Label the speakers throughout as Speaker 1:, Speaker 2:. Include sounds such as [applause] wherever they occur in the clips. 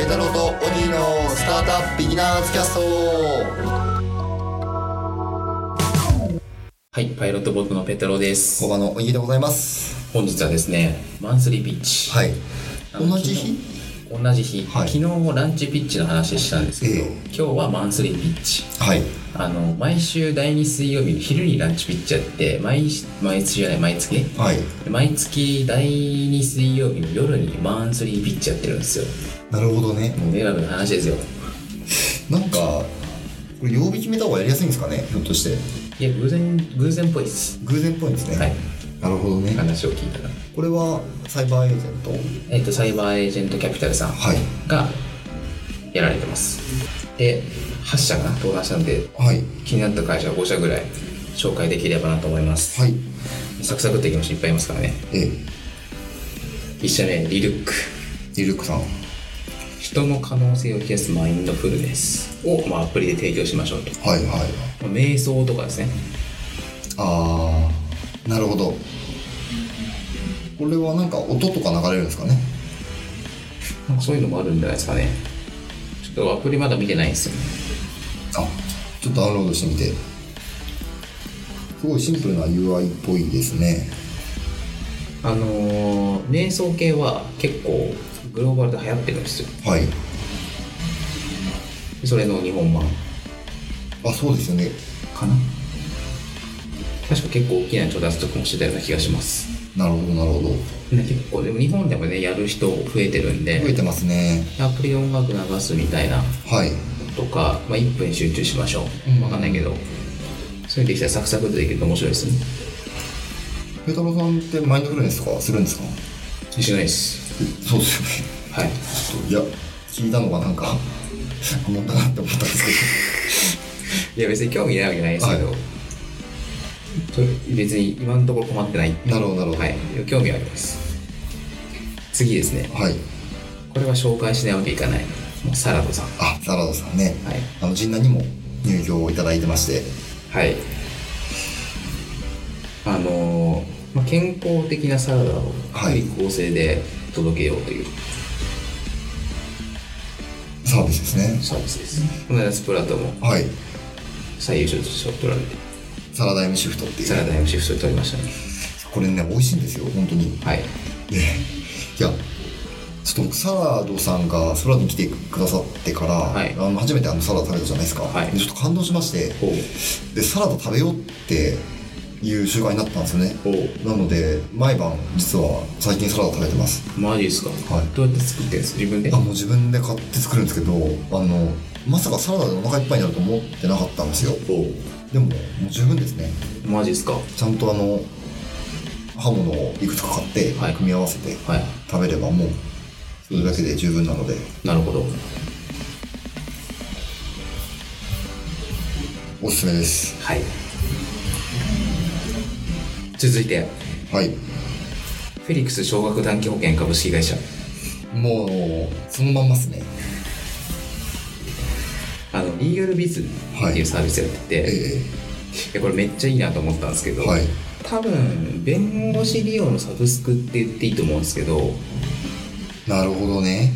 Speaker 1: イ太郎とオギーのスタートアップビギナーズキャスト
Speaker 2: はい、パイロットボートのペテロです
Speaker 1: 工。場のオギーでございます
Speaker 2: 本日はですね、マンスリーピッチ。
Speaker 1: はい
Speaker 2: あ
Speaker 1: 同
Speaker 2: の
Speaker 1: じ日
Speaker 2: 昨日同じ日、
Speaker 1: はい
Speaker 2: 昨日ランチピッチの話したんですけど、
Speaker 1: え
Speaker 2: 今日はマンスリーピッチ。
Speaker 1: はい
Speaker 2: あの、毎週第2水曜日の昼にランチピッチやって、毎し、毎週じゃない、毎月
Speaker 1: はい
Speaker 2: 毎月第2水曜日の夜にマンスリーピッチやってるんですよ。
Speaker 1: なるほどね
Speaker 2: もうネラブの話ですよ。
Speaker 1: なんかこれ曜日決めた方がやりやすいんですかねひょっとして
Speaker 2: いや、偶然、偶然っぽいです。
Speaker 1: 偶然っぽいんですね
Speaker 2: はい
Speaker 1: なるほどね
Speaker 2: 話を聞いたら。
Speaker 1: これはサイバーエージェント
Speaker 2: えっ、と、サイバーエージェントキャピタルさん。
Speaker 1: はい
Speaker 2: がやられてますで8社が登壇したんで
Speaker 1: はい
Speaker 2: 気になった会社は5社ぐらい紹介できればなと思います、
Speaker 1: はい
Speaker 2: サクサクっていきましょういっぱいいますからね
Speaker 1: え
Speaker 2: 1社目リルック
Speaker 1: リルックさん
Speaker 2: 人の可能性を増やすマインドフルネスを、まあ、アプリで提供しましょうと
Speaker 1: はいはい
Speaker 2: まあ瞑想とかですね
Speaker 1: ああなるほどこれはなんか音とか流れるんですかね
Speaker 2: なんかそういうのもあるんじゃないですかねちょっとアプリまだ見てないんですよね
Speaker 1: あちょっとダウンロードしてみてすごいシンプルな UI っぽいですね
Speaker 2: あのー瞑想系は結構グローバルで流行ってるんですよ
Speaker 1: はい
Speaker 2: それの日本版
Speaker 1: あそうですよね
Speaker 2: かな確か結構大きな調達とかもしてたような気がします、
Speaker 1: なるほどなるほど
Speaker 2: ね、結構でも日本でもねやる人増えてるん
Speaker 1: 増え
Speaker 2: で
Speaker 1: てますね
Speaker 2: アプリで音楽流すみたいな
Speaker 1: はい
Speaker 2: とか、まあ、1分集中しましょう、
Speaker 1: うん
Speaker 2: わかんないけどそういうのできたらサクサクとできると面白いですね
Speaker 1: ペタロさんってマインドフルネスとかするんですか
Speaker 2: しないです
Speaker 1: そうですよね
Speaker 2: はい
Speaker 1: ちょっといや聞いたのがなんか思ったなって思ったんです
Speaker 2: いや別に興味ないわけないですけど、
Speaker 1: はい
Speaker 2: と別に今のところ困ってない
Speaker 1: なるほどなるほど
Speaker 2: はい興味はあります次ですね
Speaker 1: けどはい
Speaker 2: これは紹介しないわけいかないもうサラドさん
Speaker 1: あサラダさんね
Speaker 2: はい
Speaker 1: あの陣内にも入居をいただいてまして
Speaker 2: はい。あのーまあ、健康的なサラダを
Speaker 1: はい
Speaker 2: より構成で届けようという
Speaker 1: サービスですね
Speaker 2: サービスです。同じプラットも
Speaker 1: はい
Speaker 2: 最優秀賞を取られて、
Speaker 1: サラダ M シフトってい
Speaker 2: サラ
Speaker 1: う
Speaker 2: ダ MC 普通取りましたね。
Speaker 1: これね美味しいんですよ本当に
Speaker 2: はい。
Speaker 1: でいやちょっと僕サラドさんがソラに来てくださってから、
Speaker 2: はい
Speaker 1: あの初めてあのサラダ食べたじゃないですか、
Speaker 2: はい
Speaker 1: でちょっと感動しまして
Speaker 2: おう
Speaker 1: でサラダ食べようっていう習慣になったんですよね
Speaker 2: お
Speaker 1: なので毎晩実は最近サラダ食べてます
Speaker 2: うマジですか、
Speaker 1: はい
Speaker 2: どうやって作ってるんですか自分で
Speaker 1: あもう自分で買って作るんですけどあのまさかサラダでお腹いっぱいになると思ってなかったんですよ
Speaker 2: おう
Speaker 1: でももう十分ですね
Speaker 2: マジですかは
Speaker 1: ちゃんとあの刃物をいくつか買って
Speaker 2: はい
Speaker 1: 組み合わせて、
Speaker 2: い。
Speaker 1: 食べればもうそれだけで十分なので
Speaker 2: なるほど。
Speaker 1: おすすめです
Speaker 2: はい。続いて、
Speaker 1: はい
Speaker 2: フェリックス少額短期保険株式会社。
Speaker 1: もうそのまんまっすね
Speaker 2: あの、リーガルビズっていうサービスやってて、
Speaker 1: え
Speaker 2: いやこれめっちゃいいなと思ったんですけ
Speaker 1: え
Speaker 2: ど、
Speaker 1: はい
Speaker 2: 多分弁護士利用のサブスクって言っていいと思うんですけど
Speaker 1: なるほどね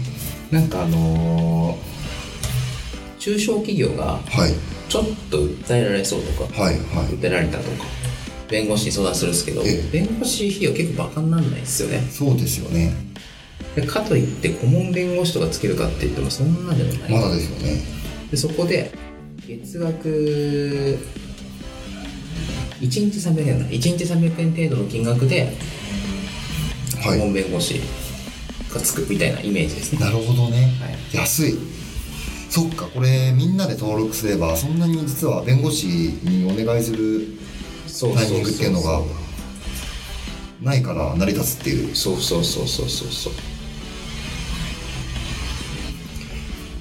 Speaker 2: なんかあのー中小企業が
Speaker 1: はい
Speaker 2: ちょっと訴えられそうとか
Speaker 1: はいはい
Speaker 2: 訴えられたとか弁護士に相談するんですけど、
Speaker 1: ええ
Speaker 2: 弁護士費用結構バカになんないですよね
Speaker 1: そうですよね
Speaker 2: でかといって顧問弁護士とかつけるかって言ってもそんなでもない、
Speaker 1: まだですよね
Speaker 2: でそこで月額1日300円だ1日300円程度の金額で
Speaker 1: は
Speaker 2: 顧
Speaker 1: い
Speaker 2: 問弁護士がつくみたいなイメージですね、
Speaker 1: なるほどね
Speaker 2: はい
Speaker 1: 安いそっかこれみんなで登録すればそんなに実は弁護士にお願いする
Speaker 2: そう
Speaker 1: タイ
Speaker 2: そ
Speaker 1: ミン
Speaker 2: う
Speaker 1: グっていうのがないから成り立つっていう
Speaker 2: そうそうそうそうそうそう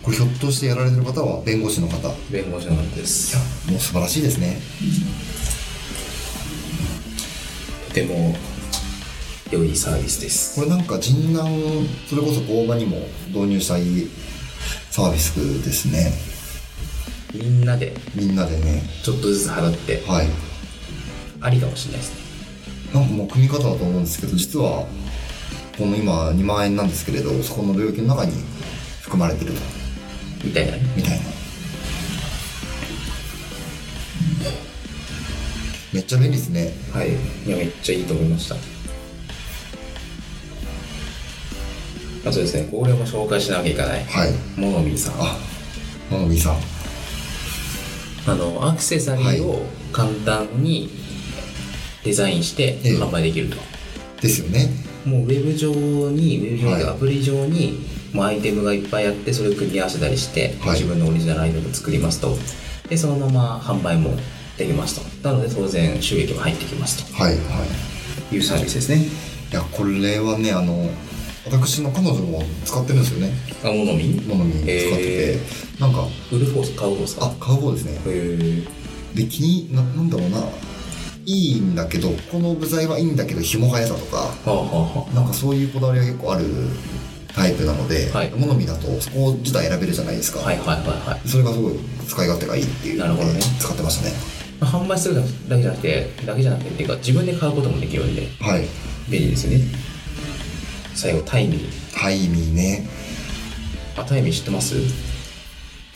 Speaker 1: これひょっとしてやられてる方は弁護士の方い
Speaker 2: 弁護士なんです
Speaker 1: やもう素晴らしいですね
Speaker 2: とても良いサービスです
Speaker 1: これなんか人南それこそ工場にも導入したいサービスですね
Speaker 2: みんなで
Speaker 1: みんなでね
Speaker 2: ちょっとずつ払って
Speaker 1: はい
Speaker 2: ありかもしれないですね
Speaker 1: なんかもう組み方だと思うんですけど実はこの今2万円なんですけれどそこの領域の中に含まれてる
Speaker 2: みたいなね
Speaker 1: みたいなめっちゃ便利ですね
Speaker 2: はいいやめっちゃいいと思いましたあとですねこれも紹介しなきゃいけない
Speaker 1: はい
Speaker 2: モノミーさん
Speaker 1: あママミーさん
Speaker 2: あのアクセサリーを簡単にデザインして
Speaker 1: ええ
Speaker 2: 販売できると、
Speaker 1: ですよね
Speaker 2: もうウェブ上にウェブ上というか
Speaker 1: はい
Speaker 2: アプリ上に、もうアイテムがいっぱいあってそれを組み合わせたりして、
Speaker 1: はい
Speaker 2: 自分のオリジナルアイテムを作りますとでそのまま販売もできますとなので当然収益も入ってきます
Speaker 1: はいはい
Speaker 2: というサービスですね
Speaker 1: いやこれはねあの私の彼女も使ってるんですよね
Speaker 2: あモノミ
Speaker 1: モノミ使ってて、
Speaker 2: え
Speaker 1: なんか
Speaker 2: 売る方買う方ですか
Speaker 1: あ買う方ですね
Speaker 2: へえ
Speaker 1: で気にななんだろうないいんだけどこの部材はいいんだけど紐が嫌だとか
Speaker 2: はあはあは
Speaker 1: なんかそういうこだわりが結構あるタイプなので、
Speaker 2: はい
Speaker 1: モノミだとそこ自体選べるじゃないですか、
Speaker 2: あはいはいはいはい
Speaker 1: それがすごい使い勝手がいいっていうの
Speaker 2: なるほど
Speaker 1: で
Speaker 2: ね
Speaker 1: 使ってましたね
Speaker 2: まあ販売するだけじゃなくてだけじゃなくてっていうか自分で買うこともできるんで
Speaker 1: はい
Speaker 2: 便利ですよね最後タイミー
Speaker 1: タイミーね
Speaker 2: あタイミー知ってます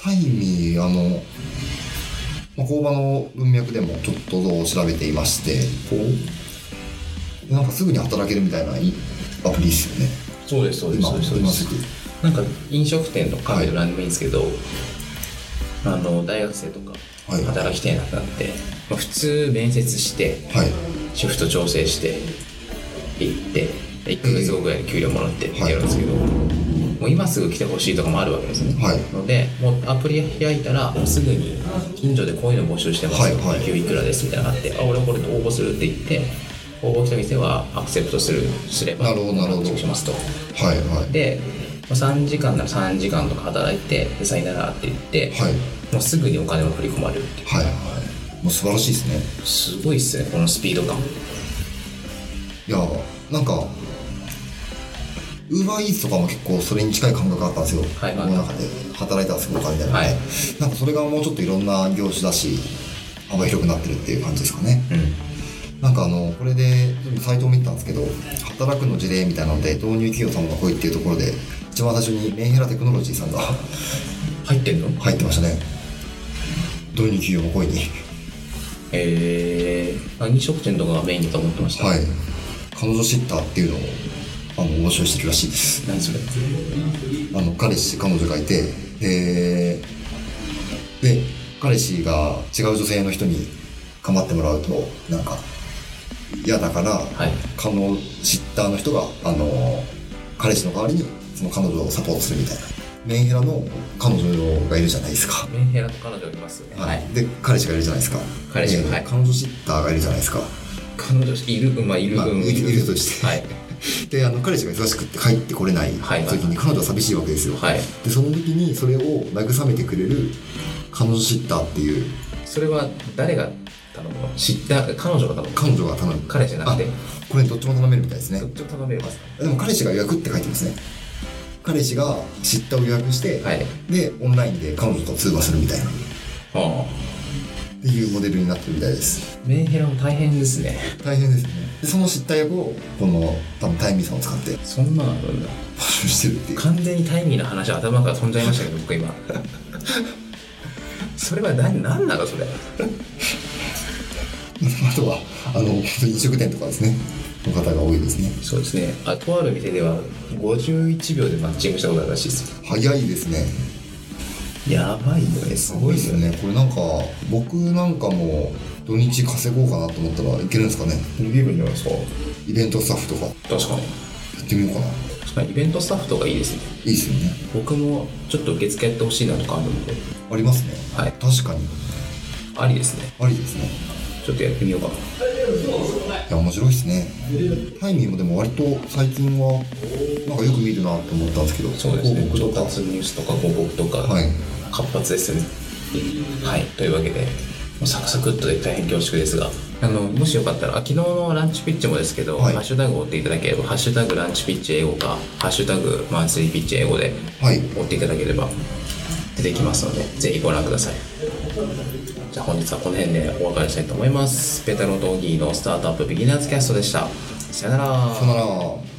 Speaker 1: タイミーあの、まあ、工場の文脈でもちょっと調べていまして
Speaker 2: こう
Speaker 1: なんかすぐに働けるみたいないいアプリですよね。
Speaker 2: そうですそうです
Speaker 1: 今
Speaker 2: そうですそうで
Speaker 1: 今
Speaker 2: す
Speaker 1: すぐ。
Speaker 2: なんか飲食店とカフェとか何でもいいんですけど、あの大学生とか
Speaker 1: はい
Speaker 2: 働きたいなってなって、まあ普通面接して
Speaker 1: はい。
Speaker 2: シフト調整して行って1ヶ月後ぐらいに給料もらって
Speaker 1: はい
Speaker 2: やるんですけど、もう今すぐ来てほしいとかもあるわけですね、
Speaker 1: はい
Speaker 2: のでもうアプリ開いたらもうすぐに近所でこういうの募集してますよ、
Speaker 1: はいはい
Speaker 2: 給いくらですみたいなのがあってあ俺はこれ応募するって言って応募した店はアクセプトするすれば
Speaker 1: なるほどなるほど
Speaker 2: しますと
Speaker 1: はいはい。
Speaker 2: でまあ3時間なら3時間とか働いてでさよならって言って、
Speaker 1: はい
Speaker 2: もうすぐにお金も振り込まれるってい
Speaker 1: はいはい。もう素晴らしいですね。
Speaker 2: うすごいっすねこのスピード感
Speaker 1: いやなんか。ウーバーイーツとかも結構それに近い感覚があったんですよ。
Speaker 2: はいはい
Speaker 1: この中で働いたらすごいお金みたいな、
Speaker 2: はい
Speaker 1: なんかそれがもうちょっといろんな業種だし、幅広くなってるっていう感じですかね。
Speaker 2: うん
Speaker 1: なんかあの、これで、サイトを見てたんですけど、働くの事例みたいなので、導入企業さんが来いっていうところで、一番最初にメンヘラテクノロジーさんが [laughs]
Speaker 2: 入ってんの
Speaker 1: 入ってましたねどういう企業も来いに
Speaker 2: えー、あ飲食店とかがメインだと思ってました、
Speaker 1: はい彼女シッターっていうのをあの募集してるらしいです
Speaker 2: 何それ
Speaker 1: あの彼氏彼女がいてでで彼氏が違う女性の人に構ってもらうとなんか嫌だから、
Speaker 2: はい
Speaker 1: 彼女シッターの人があの彼氏の代わりにその彼女をサポートするみたいなメンヘラの彼女がいるじゃないですか
Speaker 2: メンヘラと彼女いますよね
Speaker 1: はい、で彼氏がいるじゃないですか
Speaker 2: 彼氏
Speaker 1: で
Speaker 2: はい
Speaker 1: 彼女シッターがいるじゃないですか
Speaker 2: 彼女いるまあいる
Speaker 1: まあ
Speaker 2: うん
Speaker 1: いるいるとして
Speaker 2: はい
Speaker 1: であの彼氏が忙しくって帰ってこれない時に、
Speaker 2: はい
Speaker 1: 彼女は寂しいわけですよ、
Speaker 2: はい
Speaker 1: でその時にそれを慰めてくれる彼女シッターっていう
Speaker 2: それは誰が頼むの知った彼女が頼む
Speaker 1: 彼女が頼む
Speaker 2: 彼じゃなくて
Speaker 1: あこれどっちも頼めるみたいですね
Speaker 2: どっちを頼めます
Speaker 1: でも彼氏が予約って書いてますね彼氏がシッターを予約して、
Speaker 2: はい
Speaker 1: でオンラインで彼女と通話するみたいなっ
Speaker 2: ああ
Speaker 1: ていうモデルになってるみたいです
Speaker 2: メンヘラも大変ですね
Speaker 1: 大変ですねでその失態役をこの多分タイミーさんを使って
Speaker 2: そんなのあるんだ
Speaker 1: 募集してるっていう
Speaker 2: 完全にタイミーの話頭から飛んじゃいましたけど僕 [laughs] 今それは何何なのそれ
Speaker 1: あとはあの本当に飲食店とかですねの方が多いですね
Speaker 2: そうですねあとある店では51秒でマッチングしたことあるらしいです
Speaker 1: 早いですね
Speaker 2: やばいよねすごいですよね
Speaker 1: ねこれなんか僕なんかも土日稼ごうかなと思ったらいけるんですかね
Speaker 2: リビングじゃないですか
Speaker 1: イベントスタッフとかや
Speaker 2: 確かに
Speaker 1: ってみようかない
Speaker 2: 確かにイベントスタッフとかいいですね
Speaker 1: いですよね
Speaker 2: 僕もちょっと受付やってほしいなとかあるんで
Speaker 1: ありますね
Speaker 2: はい
Speaker 1: 確かに
Speaker 2: ありですね
Speaker 1: ありですね
Speaker 2: ちょっとやってみようかない
Speaker 1: や面白いですねタイミーもでも割と最近はなんかよく見るなと思ったんですけど
Speaker 2: そうですね
Speaker 1: 広
Speaker 2: 上
Speaker 1: 告とか
Speaker 2: 達ニュースとか広告とか、
Speaker 1: はい
Speaker 2: 活発ですねはいというわけでもうサクサクっとで大変恐縮ですがあのもしよかったらあ昨日のランチピッチもですけど、
Speaker 1: はい
Speaker 2: ハッシュタグを追っていただければ「ハッシュタグランチピッチ英語」か「ハッシュタグマンスリーピッチ英語」で
Speaker 1: はい
Speaker 2: 追っていただければ出てきますのでぜひご覧くださいじゃあ本日はこの辺でお別れしたいと思いますペタロとギーのスタートアップビギナーズキャストでしたさよなら
Speaker 1: さよなら